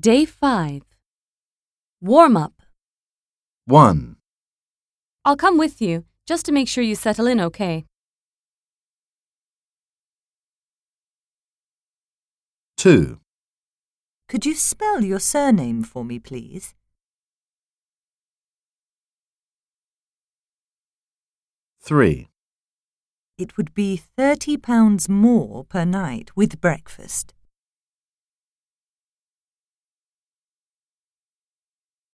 Day 5. Warm up. 1. I'll come with you just to make sure you settle in okay. 2. Could you spell your surname for me, please? 3. It would be £30 more per night with breakfast.